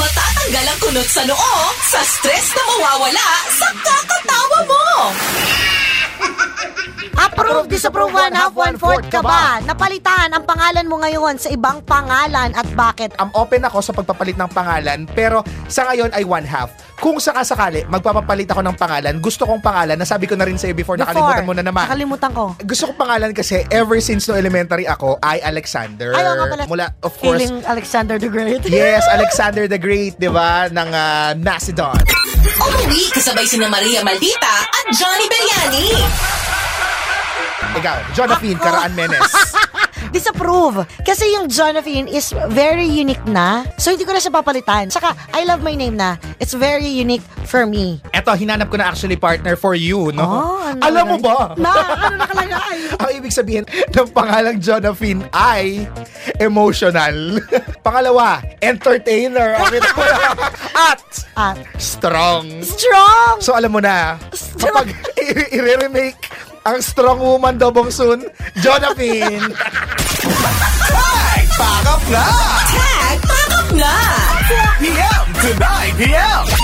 Tanggal ang kunot sa noo sa stress na mawawala sa kakatawa mo. Approve, disapprove, one half, one fourth ka ba? Napalitan ang pangalan mo ngayon sa ibang pangalan at bakit? Um, open ako sa pagpapalit ng pangalan pero sa ngayon ay one half. Kung sakasakali, magpapapalit ako ng pangalan. Gusto kong pangalan. Nasabi ko na rin sa'yo before, nakalimutan mo na naman. Nakalimutan ko. gusto ko pangalan kasi ever since no elementary ako ay Alexander. Ayaw nga pala. Mula, of course, Feeling Alexander the Great. yes, Alexander the Great, di ba? Ng ah, Macedon. Umuwi kasabay si Maria Maldita at Johnny Beliani. Ikaw, Jonathan Ako. Caraan Menes. Disapprove. Kasi yung Jonathan is very unique na. So, hindi ko na siya papalitan. Saka, I love my name na. It's very unique for me. Eto, hinanap ko na actually partner for you, no? Oh, ano Alam mo na- ba? Na, ano nakalagay? Ang ibig sabihin ng pangalang Jonathan ay emotional. Pangalawa, entertainer. Ang ito ko na. At At, strong. Ah, strong! So alam mo na, Strong. kapag i- i-remake ang strong woman daw bongsun, Jonathan. Pack up na! Tag, pack up na! 4 p.m. to 9 p.m.